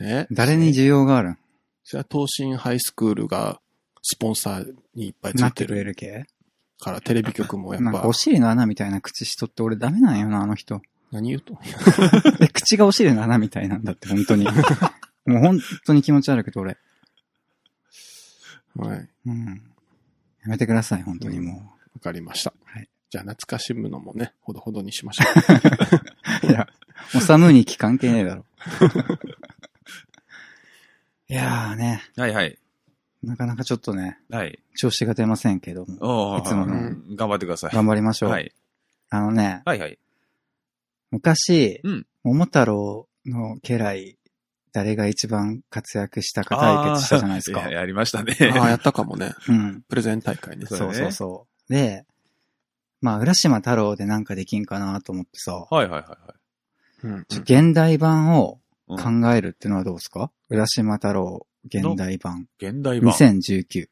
D: え
B: 誰に需要があるん
D: それは東進ハイスクールがスポンサーにいっぱいつ
B: ないって
D: て
B: くれ
D: る
B: る系
D: から、テレビ局もや
B: な
D: っ
B: んか
D: ぱ
B: お、尻の穴みたいな口しとって俺ダメなんよな、あの人。
D: 何言うと
B: え、口がお尻の穴みたいなんだって、本 当に。もう本当に気持ち悪くて俺。
D: はい。
B: うん。やめてください、本当にも
D: わかりました。
B: はい
D: じゃあ、懐かしむのもね、ほどほどにしましょ
B: う。いや、おさむに気関係ねえ だろ。いやーね、
C: はいはい。
B: なかなかちょっとね、
C: はい。
B: 調子が出ませんけども、
C: おー
B: いつも
D: の
C: うん頑張ってください。
B: 頑張りましょう。
C: はい。
B: あのね、
C: はいはい。
B: 昔、
C: うん
B: 桃太郎の家来、誰が一番活躍したか対決したじゃないです
C: あ
B: か
C: ー。ややりました ね。
D: う。ああ、やったかもね。
B: うん。
D: プレゼン大会ね。
C: そう
B: そ
C: だ
B: う
C: ね
B: そうそう。で、まあ、浦島太郎でなんかできんかなと思ってさ、
C: はいはいはいはい。
D: うん
B: ちょ現代版を
C: うん
B: 考えるってのはどうですか、浦島太郎現代版
C: 現代版。
B: 2019。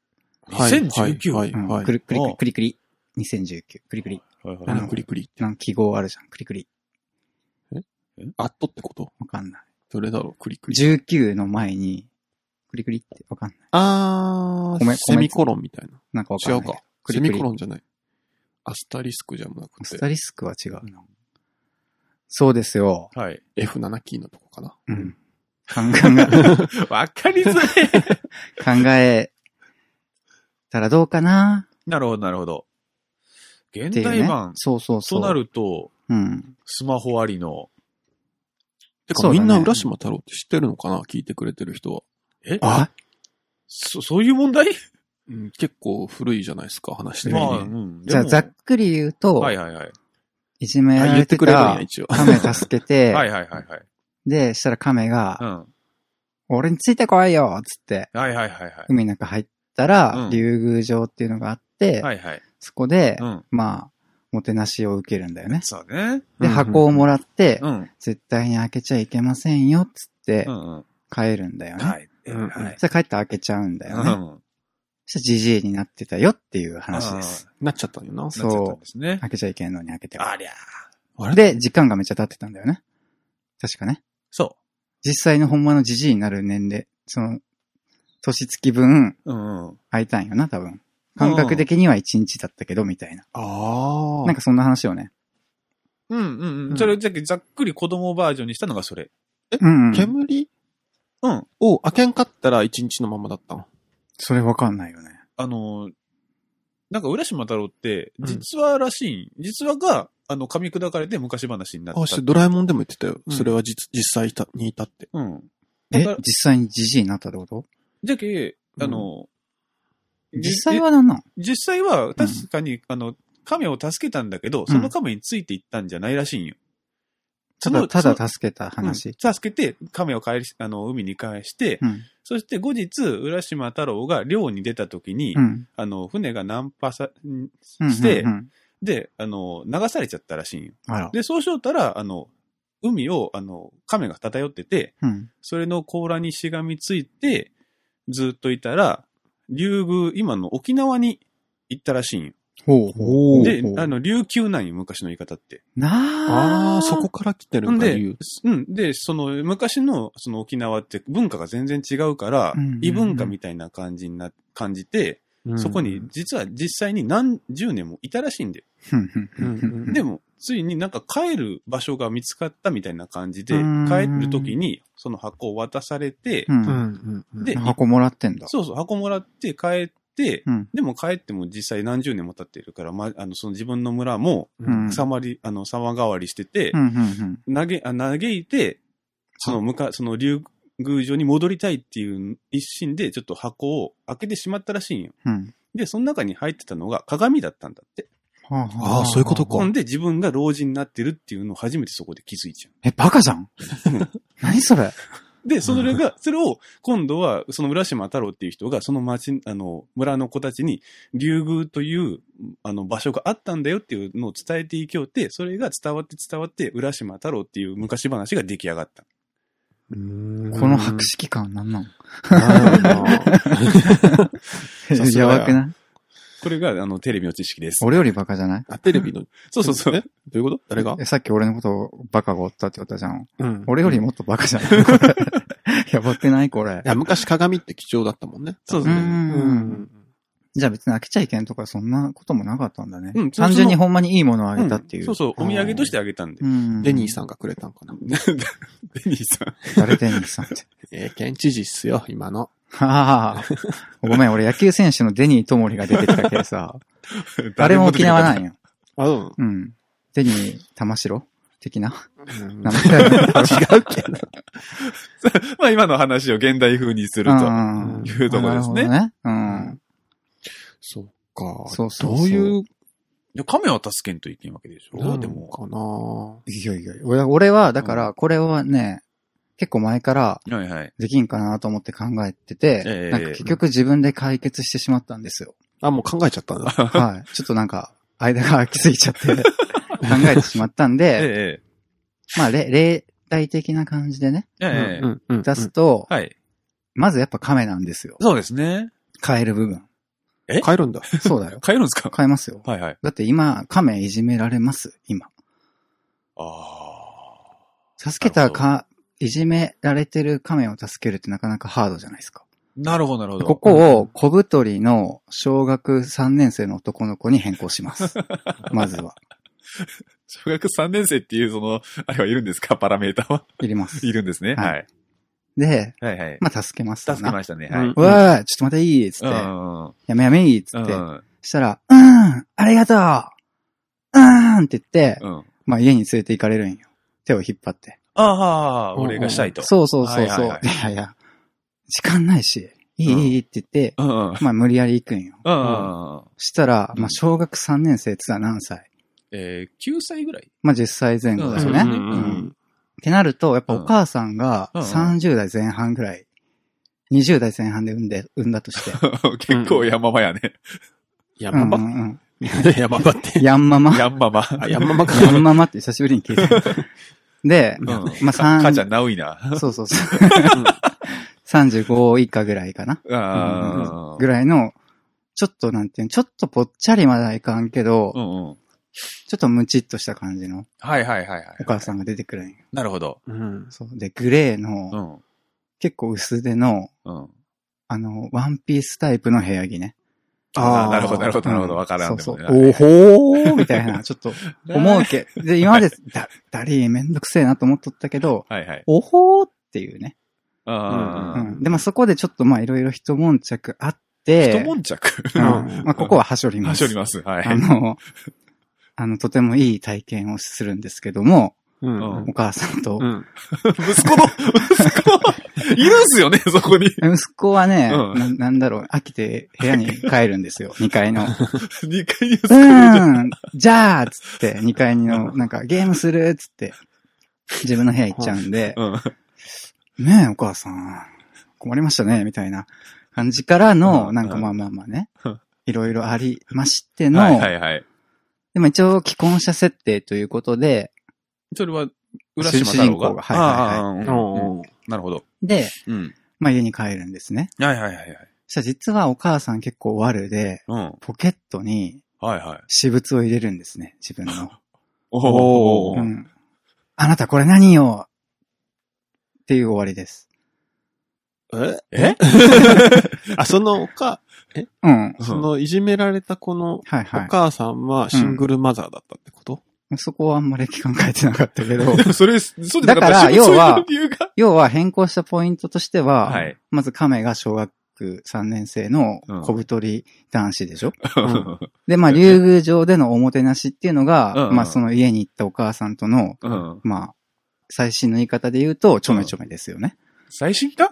C: 2019
D: はい、はいはい。
B: く
D: クリ
B: りくり
C: ああ
B: くりくり。2019。くりくり。
C: はいはい
B: あの
D: クリクリ。
B: なんか記号あるじゃん。くりくり。
D: アットってこと
B: わかんない。
D: どれだろうクリクリ。
B: 19の前に、くりくりってわかんない。
D: あ
B: ごめん
D: ー、セミコロンみたいな。
B: なんかわかん
D: 違
B: ないうけど。
D: か。
B: クリ
D: セ
B: クリ
D: ミコロンじゃない。アスタリスクじゃなく
B: ス
D: て、
B: タリスクは違うな。そうですよ。
C: はい。
D: F7 キーのとこかな。
B: うん。考え、
C: わかり づらい。
B: 考えたらどうかな
C: なるほど、なるほど。
B: って
C: 現
B: いう
C: 代
B: ね
C: 版。
B: そうそうそ
C: と
B: う。
C: なると、
B: うん。
C: スマホありの。
D: て
B: そ
D: か、
B: う
D: み
B: だね
D: んな浦島太郎って知ってるのかな聞いてくれてる人は。
C: え
B: あ
C: そ、そういう問題
D: うん、結構古いじゃないですか、話してる
C: ま
D: に
C: あ、
D: ね。
C: うん。
B: じゃあ、
C: でも
B: ざっくり言うと、
C: はい
B: い、
C: はいはい。
B: じめ
D: あ言
B: ら
D: っ
B: れ
D: て
B: て
D: くれるん
B: た
D: や、一応。
B: 亀助けて、
C: はいはいはいはい。
B: で、したら亀が、
C: うん。
B: 俺についてこいよっつって、
C: はいはいはいは
B: 海の中入ったら、
C: うん
B: 竜宮城っていうのがあって、
C: い。はいはい。
B: そこで、
C: うん。
B: まあ、もてなしを受けるんだよね。
C: そうね。
B: で、
D: うん
B: 箱をもらって、
C: うん。
B: 絶対に開けちゃいけませんよっつって
C: う、んうん。
B: 帰るんだよね。
C: はい。
D: うん
C: はい。
B: それ帰って開けちゃうんだよね。
C: ん。
B: そしてじじいになってたよっていう話です。
D: なっちゃったんよな。
C: あー。なっちゃったんですね。
B: 開けちゃいけんのに開けて。
C: ありゃあれ
B: で、時間がめっちゃ経ってたんだよね。確かね。
C: そ
B: 実際のほんまのじじいになる年齢、その、年月分、
C: う。うんうん。
B: 空いたんよな、多分。感覚的には1日だったけど、みたいな。
D: ああ。
B: なんかそんな話をね。
C: うんうん
B: う
C: うんん。それをざっざっくり子供バージョンにしたのがそれ。
B: うん、うん。
D: 煙
C: うん。
D: を開けんかったら一日のままだったの。
B: それわかんないよね。
C: あのー、なんか浦島太郎って、
D: うん
C: 実話らしい、実話が、あの、噛み砕かれて昔話にな
D: あ、
C: っ
D: して
C: た。
D: ドラえもんでも言ってたよ。
C: うん
D: それは実、実際いたにいたって。
C: うん。
B: え
C: だから、
B: 実際にじじいになったってこと
C: じゃけ、あの、じ
B: 実際はなんなん
C: 実際は、確かに、あの、亀を助けたんだけど、その亀についていったんじゃないらしいんよ。
B: た
C: そ
B: だ、
C: の
B: た
C: そ
B: だ助けた
C: のうん
B: 話。
C: 助けて、亀を返し、あの、海に返して、
B: うん。
C: そして後日、浦島太郎が漁に出た時に、
B: うん。
C: あの、船が難破さ、ん
B: うん。
C: して、
B: うんうん
C: で、あの、流されちゃったらしいんよ。
B: あら。
C: で、そうしよったら、あの、海を、あの、亀が漂ってて、
B: うん。
C: それの甲羅にしがみついて、ずっといたら、竜宮、今の沖縄に行ったらしいんよ。
B: ほう
D: ほう
C: で
B: ほう、
C: あの、琉球なんよ、昔の言い方って。
B: な
D: あ
B: あ。
D: あ、そこ。から来てる
C: ん
D: んだ、
C: で
D: 理由。、
C: うん。で、その、昔の、その沖縄って文化が全然違うから
B: うんうんうん、
C: 異文化みたいな感じにな、感じて、そこに、実は実際に何十年もいたらしいんで。
B: うんうんうんう
D: うん
B: ん
C: でも、ついになんか帰る場所が見つかったみたいな感じで
B: うん、
C: 帰る時にその箱を渡されて
B: う、ん。
D: う
B: うん
D: ん、うん。
C: で
B: 箱もらってんだ。
C: そうそう、箱もらって帰って
B: う、ん。
C: でも帰っても実際何十年も経ってるから、ま、あの、その自分の村も
B: うん
C: 様り、あの、様変わりしてて
B: うん。う、ん。うん。
C: 投げ、あ嘆いて、その向か、その竜宮城に戻りたいっていう一心で、ちょっと箱を開けてしまったらしいんよ。
B: うん。
C: で、その中に入ってたのが鏡だったんだって。
B: ははは
D: ああ、そういうことか。
C: ほんで、自分が老人になってるっていうのを初めてそこで気づいちゃ
B: え、バカじゃん 何それ
C: う。で、それが、それを、今度は、その浦島太郎っていう人が、その町、あの、村の子たちに、竜宮という、あの、場所があったんだよっていうのを伝えていきよって、それが伝わって伝わって、浦島太郎っていう昔話が出来上がった。
D: こ
B: この
D: の
B: 白識感なんなん
D: さす
B: や
D: がや
B: ばくない
C: これが、あの、テレビの知識です。
B: 俺よりバカじゃない
D: あ、 テレビの。
C: そうそうそう
D: え。どういうこと誰が
B: えさっき俺のことをバカがおったってことじゃん。
D: うん
B: 俺よりもっとバカ じゃないこれやばくないこれ
D: い。や、昔鏡って貴重だったもんね。
C: そうそうう。
D: うんん。
B: じゃあ別に飽きちゃいけんとかそんなこともなかったんだね。
C: うん
B: 単純にほんまにいいものをあげたっていう。
C: んそうそう、お土産としてあげたんで。
B: うん
D: デニーさんがくれたんかな。
C: デニーさん。
B: 誰デニーさんって。
D: えー、県知事っすよ、今の。
B: はあ。 ごめん、俺野球選手のデニー・トモリが出てきたけ どさ、あれも沖縄なん
C: よ。
B: よ。
D: あ、うん。
B: うん。デニー・玉城的な
D: うん
B: 名前だよね。
D: 違うけど。
C: まあ今の話を現代風にする
B: う
C: と
B: んうん
C: いうところですね。
B: なるほどね。うん。
D: そうか。
B: そうそうそう
D: どういう、
C: いや亀は助けんといけんわけでし
D: な
C: ょ。で
D: の
C: も。
D: かない
B: やいやいや俺俺は、だから、これはね、結構前から
C: はいはい。
B: できんかなと思って考えて
C: え
B: て
C: え、
B: なんか結局自分で解決してしまったんで すよ。
D: あ、もう考えちゃったんだ。
B: はい。ちょっとなんか、間が空きすぎちゃって、 考えてしまったん
C: え
B: で、まあ、れ例題的な感じでね、
C: え。ええええ。
D: んうん
B: 出すと、
C: はい。
B: まずやっぱ亀なんですよ。
C: そうですね。
B: 変える部分。
D: 帰るんだ。
B: そうだよ。
C: 帰るんですか
B: 変えますよ。
C: はいはい。
B: だって今、亀いじめられます、今。
C: ああ。
B: 助けたか、いじめられてる亀を助けるってなかなかハードじゃないですか。
C: なるほどなるほど。
B: ここを小太りの小学3年生の男の子に変更し ます。まずは。
C: 小学3年生っていうその、あれはいるんですかパラメーターは。
B: 入れます。
C: いるんですね。
B: は
C: はいい。
B: で、
C: はいはい。
B: まあ、助けます
C: 助
B: わ
C: け
B: な。
C: ましたね。は
D: う
C: い
D: ん。
B: うわー、ちょっとまたいいっつ
C: う
B: って、
C: ん。うん
B: やめやめいいっつ
C: う
B: って、
C: ん。
B: したら、うん、ありがとううーんって言って、
C: うん。
B: まあ、家に連れて行かれるんよ。手を引っ張って。
C: ああ、俺がしたいと。
B: そうそうそうそう。
C: はいはい
B: いやいや、時間ないし、いい
C: うん
B: いいって言って、
C: うんうん。うん
B: まあ、無理やり行くんよ。
C: うんうん。
B: したら、
C: う
B: まあ、
C: ん
B: 小学3年生って言ったら何歳
C: えー、9歳ぐらい
B: まあ、10歳前後ですよね。
C: うん
B: うんってなると、やっぱお母さんが
C: うんうん
B: 30代前半ぐらい、20代前半で産んで、産んだ として。
C: 結構山場やね。
D: ヤ
B: う
D: ン
B: んう
D: ママ
B: んうん。
D: ヤンママって。
B: ヤンママ。
C: ヤンママ。
D: あ、ヤンママか。
B: ヤンママって久しぶりに聞いた。 で、
C: うん。
B: まあ、
C: か母ちゃ
B: 三
C: ん、ナウイな。
B: そうそうそう。35以下ぐらいかな。
C: ああ。
B: ぐらいの、ちょっとなんていうのちょっとぽっちゃりまだいかんけど、
C: うんうん。
B: ちょっとムチっとした感じの
C: はいはいはいはい。
B: お母さんが出てくるんよ。
C: なるほど。
D: うん。
B: そう。で、グレー
C: う
B: の、
C: ん。
B: 結構薄手の、
C: うん。
B: あの、ワンピースタイプの部屋着ね。
C: あ
D: あー
C: あ、なるほど、なるほど、なるほど。
B: うん
C: わから
B: そ
C: ん
B: う
C: でも
B: そう
C: ね。。
B: おほーみたいな、ちょっと、思うけ。 で、今まで、だ、だりーめんどくせえなと思っとったけど、
C: はいはい。
B: おほーっていうね。
C: あ
B: う
C: あ。
B: ん。で、まあそこでちょっとまあいろいろ一悶着あって、
C: 一悶着
B: うん。
D: うん
B: まあここははしょりま
C: はし
B: す。
C: ょります。はい。
B: あの、あの、とてもいい体験をするんですけども、
D: うん
B: お。母さんと
D: う、ん。
C: 息子の、息子の、いるんすよね、そこに。
B: 息子はね、
C: うん
B: ななんだろう、飽きて部屋に帰るんですよ、2階 の。う
C: 二階に息子いるじゃん。
B: ーん、じゃあっつって、2階の、なんかゲームするっつって、自分の部屋行っちゃうんで、
C: うん。
B: ねえ、お母さん、困りましたね、みたいな感じからの、
C: うん
B: なんか
C: うん
B: まあまあまあね
C: うん、
B: いろいろありましての、
C: はいはいはい。
B: でも一応既婚者設定ということで、
C: それは、浦島太郎
B: 主人公
C: が。
B: がはいはいはい
C: ああうんうん
D: おー
C: なるほど。
B: で、
C: うん。
B: まあ家に帰るんですね。
C: はいはいはいはい。
B: そしたら実はお母さん結構悪で、
C: うん。
B: ポケットに
C: はいはい。
B: 私物を入れるんですね、自分の。
C: お
D: お
C: ー
D: ー
B: う。ん。あなたこれ何よっていう終わりです。
D: え
C: え
D: あ、そのおか、
B: うん。
D: そのいじめられた子の
B: はい
D: お
B: は
D: 母さんはシングルマザーだったってこと、
B: い。そこはあんまり考えてなかったけど、
C: それ、そうでなかった
B: だから
C: 自分
B: 要は
C: そういう理由が。
B: 要は変更したポイントとしては、
C: はい
B: まず亀が小学3年生の小太り男子でしょ、
D: ん
B: で、まあ、竜宮城でのおもてなしっていうのが、
C: うんうん
B: まあ、その家に行ったお母さんとの、
C: うん。
B: まあ、最新の言い方で言うと、ちょめちょめですよね。
C: 最新か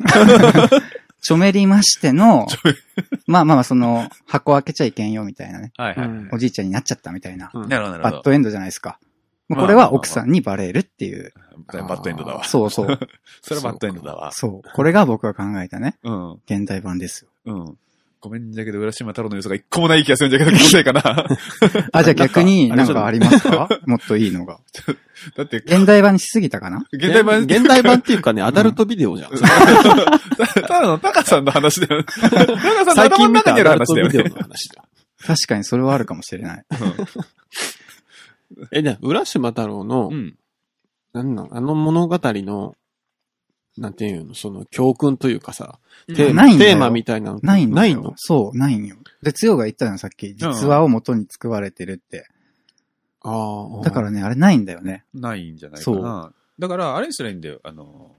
B: ちょめりましての、まあまあまあ、その、箱開けちゃいけんよみたいなね。
C: はい
D: うん
B: おじいちゃんになっちゃったみたいな、
D: うん
C: なるほど、な
B: バ
C: る
B: ッ
C: ほど。
B: ドエンドじゃないですか。まあ
C: まあ
B: これは奥さんにバレるっていう。
C: バッドエンドだわ。
B: そうそう。
C: それはバッドエンドだわ。
B: そう。これが僕が考えたね、
C: うん。
B: 現代版ですよ。
C: うん。ごめんじゃけど、浦島太郎の要素が一個もない気がするんじゃけど、気のせいかな。
B: あ、じゃあ逆に
D: なんか
B: なんかありますかもっといいのが。
C: だって、
B: 現代版にしすぎたかな
C: 現代版、
D: 現代版っていうかね、アダルトビデオじゃん。
C: たただのタカさんの話 だよ。タカさんの
D: 最
C: 頭の
D: 近見
C: 中
D: た
C: にあ
D: アダル
C: る話
D: ト
C: だよ
D: ビデオ
C: ね
D: の。話だ。
B: 確かにそれはあるかもしれない。
D: え、ね、浦島太郎の
C: う、ん。
D: なんなん、あの物語の、なんていうの、その教訓というかさ、テー
B: ないんだよ
D: テーマみたいなのって
B: ないんだよ。
D: ないの
B: そう、ないんよ。で、つよが言ったのさっき、実話を元に作られてるって。
D: ああ。
B: だからね、あれないんだよね。
C: ないんじゃないかな。だから、あれにすればいいんだよ。あの、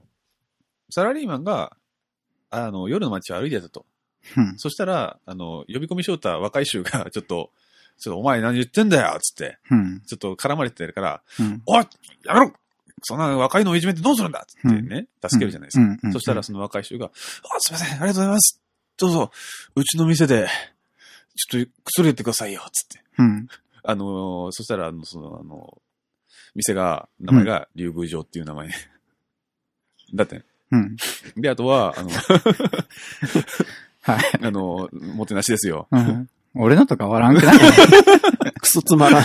C: サラリーマンが、あの、夜の街を歩いてたと。
B: うん。
C: そしたら、あの、呼び込み翔太若い衆が、 ちょっと、ちょっとお前何言ってんだよつって、
B: うん。
C: ちょっと絡まれてるから、
B: うん。
C: おいやめろそんな若いのをいじめてどうするんだつってね、助けるじゃないですか。
B: うん。うん
C: そしたら、その若い衆が、あ、すいません、ありがとうございます。どうぞ、うちの店で、ちょっと薬入れてくださいよ、つって。
B: うん。
C: あのーそしたら、あの、その、あの、店が、名前が、竜宮城っていう名前。だってね。
B: うん。
C: で、あとは、あの、
B: はい。
C: あの、もてなしですよ。
B: うん。俺のとか笑わんくない
D: クソつまらん。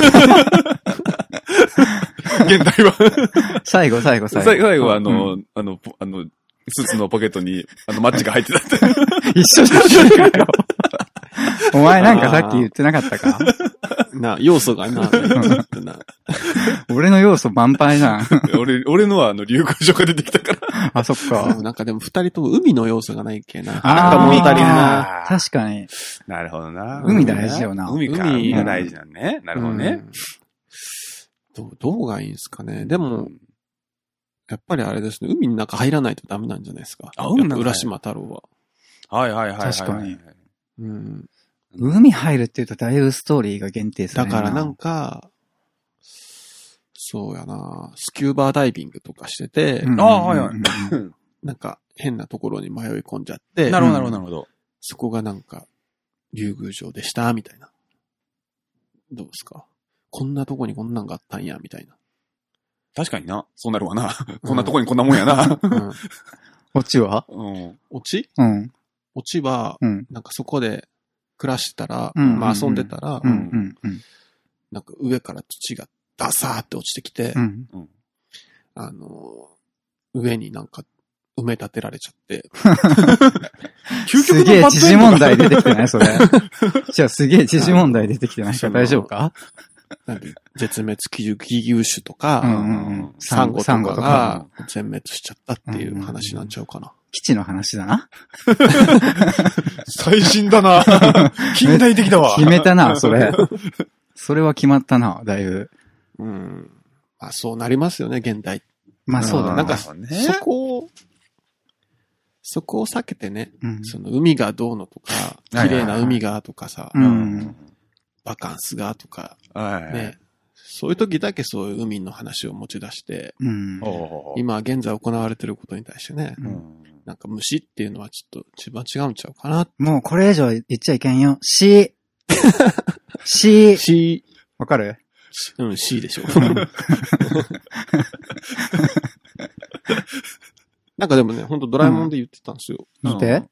C: 現代は。
B: 最後、最後、最後。
C: 最後、最後は、あ
B: う
C: の、
B: ん
C: あの、ポあの、スーツのポケットに、あの、マッチが入ってたって。
B: 一緒じゃねえかよ。 お前なんかさっき言ってなかったか
D: な、要素がな、な
B: 俺の要素満杯じゃん。
C: 俺、俺のは、あの、竜宮城が出てきたから。
B: あ、そっか。
D: なんかでも二人とも海の要素がないっけな。なんか
B: あー
D: 物足りんな。
B: 確かに。
C: なるほどな。
B: 海大事よな
C: 海か。
D: 海
C: 海が大事なんね。なるほどね。
D: うん。どう、どうがいいんですかね。でも、やっぱりあれですね、海の中入らないとダメなんじゃないですか。
C: あ海の中
D: やっぱ浦島太郎は。
C: はいはいはいはいはい。
B: 確かに。
D: うん。
B: 海入るって言うとだいぶストーリーが限定され
D: だ
B: る
D: からなんか、そうやな、スキューバーダイビングとかしてて、
B: うん
C: ああはいはい
B: うんうんうん
D: なんか変なところに迷い込んじゃって、
C: なるほどなるほどなるほど。
D: そこがなんか、竜宮城でした、みたいな。どうですかこんなとこにこんなんがあったんや、みたいな。
C: 確かにな。そうなるわな。こんなとこにこんなもんやな。
D: うん。
B: こっちは
C: うん。
D: 落ち
B: うん。
D: 落ちは、
B: うん。
D: なんかそこで暮らしてたら、
B: うん
D: まあ遊んでたら、
B: うん。うん。うん
D: なんか上から土がダサーって落ちてきて、
B: うん。
C: うん。
D: あの、上になんか埋め立てられちゃって、
C: 究
B: すげえ知事問題出てきてないそれ。じゃあすげえ知事問題出てきてないか
D: その
B: 大丈夫か
D: なんて絶滅危惧種とか、
B: うんうんうん
D: サンゴとか
B: サンゴとか
D: が全滅しちゃったっていう話になっちゃうかな。
B: 基地の話だな。
C: 最新だな近代的だわ。
B: 決め たな、それ。それは決まったな、だいぶ。
D: うん。まあそうなりますよね、現代。
B: まあそうだ
C: ん
B: な。
D: なんか、
C: そうね
D: そこを、そこを避けてね、
B: うん
D: その海がどうのとか、
C: はいはい
D: 綺麗な海がとかさ、
B: う
C: うん
B: ん。
D: バカンスがとか、
C: はい。
D: ね、そういう時だけそういう海の話を持ち出して、
B: うん。
C: おー
D: 今現在行われてることに対してね、
B: うん
D: なんか虫っていうのはちょっと一番違うんちゃうかな。
B: もうこれ以上言っちゃいけんよ。し。し。
D: C、
B: わかる
D: うん、C でしょ。 なんかでもね、ほんとドラえもんで言ってたんですよ。
B: 見て。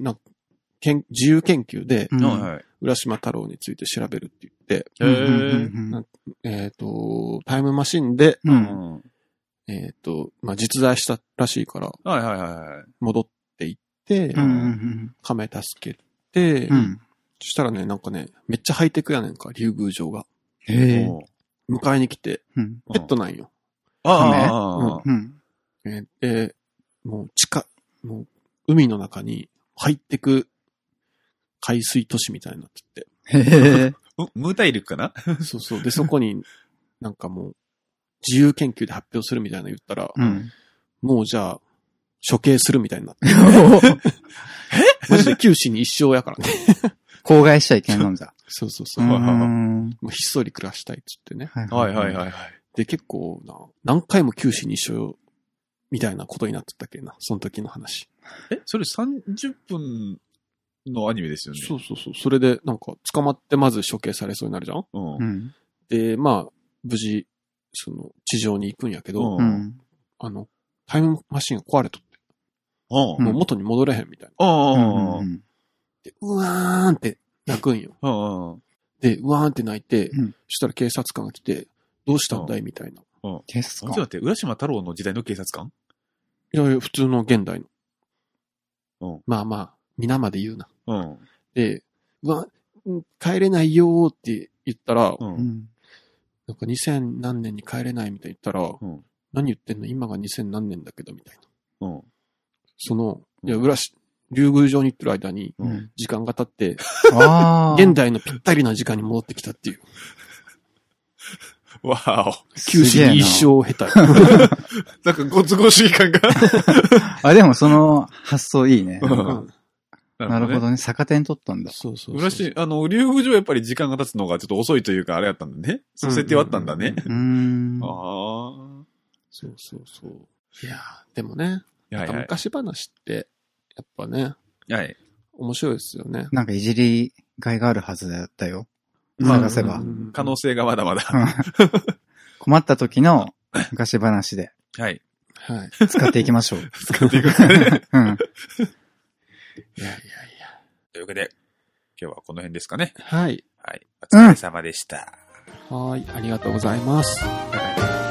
D: なんか、けん自由研究で
B: う、ん
C: うんはい。
D: 浦島太郎について調べるって言って、
B: うんうん
C: え
B: うん
D: えっ、と、タイムマシンで、
B: う。
C: うんん。
D: えっ、と、まあ、実在したらしいから、
C: はいはいはい。
D: 戻っていって
B: う、ん。
D: 亀助けて、
B: うん。
D: そしたらね、なんかね、めっちゃハイテクやねんか、竜宮城が。
B: え
C: おー
D: 迎えに来て、
B: うん。
D: ペットなんよ。
C: ああ、
B: うん。
D: えーでもう地下、もう海の中に入ってく海水都市みたいになって て。
B: へえ。
C: うムー大陸かな
D: そうそう。で、そこになんかもう自由研究で発表するみたいなの言ったら、
B: うん。
D: もうじゃあ処刑するみたいになって。
B: え
D: マジで九死に一生やから ね。
B: 公害しちゃいけんのんだ。
D: そうそうそうう。も
B: ん。
D: うひっそり暮らしたいっつってね。
C: はいはいはいはい。
D: で、結構な、何回も九死に一生みたいなことになってたっけな。その時の話。
C: え、それ30分のアニメですよね。
D: そうそうそう。それでなんか捕まってまず処刑されそうになるじゃん
C: うん。
B: う
C: うん
B: ん。
D: で、まあ、無事、その、地上に行くんやけど、
C: うん
B: うん。
D: あの、タイムマシンが壊れとって、
C: うん。
D: もう元に戻れへんみたいな。
C: うん。うん。
D: で、うわーんって泣くんよ。
C: うん。
D: で、うわーんって泣いて、
B: う
D: そ
B: ん
D: したら警察官が来て、どうしたんだいみたいな。
B: テス
C: ちょっと待って、浦島太郎の時代の警察官
D: いやいや、普通の現代の。
C: うん
D: まあまあ、皆まで言うな。
C: うん。
D: で、うわうん帰れないよーって言ったら、
C: う。
B: うんん。
D: なんか2000何年に帰れないみたいに言ったら、
C: うん
D: 何言ってんの今が2000何年だけどみたいな。
C: うん。
D: その、いや、裏し、竜宮城に行ってる間に、
B: うん。
D: 時間が経って、
B: ああ。
D: 現代のぴったりな時間に戻ってきたっていう、
C: わ
D: 九死に一生を 経た。う
C: お。なんかごつごしい感が。
B: あ、でもその発想いいね。
D: ん
B: なるほどね。逆転取ったんだ。
D: そうそうそう。
C: 浦島、あの、竜宮城はやっぱり時間が経つのがちょっと遅いというか、あれやったんだね。そう設定はあったんだね。
B: うーん。
C: ああ。
D: そうそうそう。いやーでもね、
C: はいはい。
D: 昔話って、やっぱね、
C: はい。
D: 面白いですよね。
B: なんかいじりがいがあるはずだったよ。
C: まあ
B: 探せば
D: う。ん
C: 可能性がまだまだ。
B: 困った時の昔話で
C: はい。
D: はい。
B: 使っていきましょう。
C: 使っていくんですね。
B: うん。
D: いやいやいや。
C: というわけで、今日はこの辺ですかね。
D: はい。
C: はい。お疲れ様でした。
D: はーい。ありがとうございます。
C: バイバイ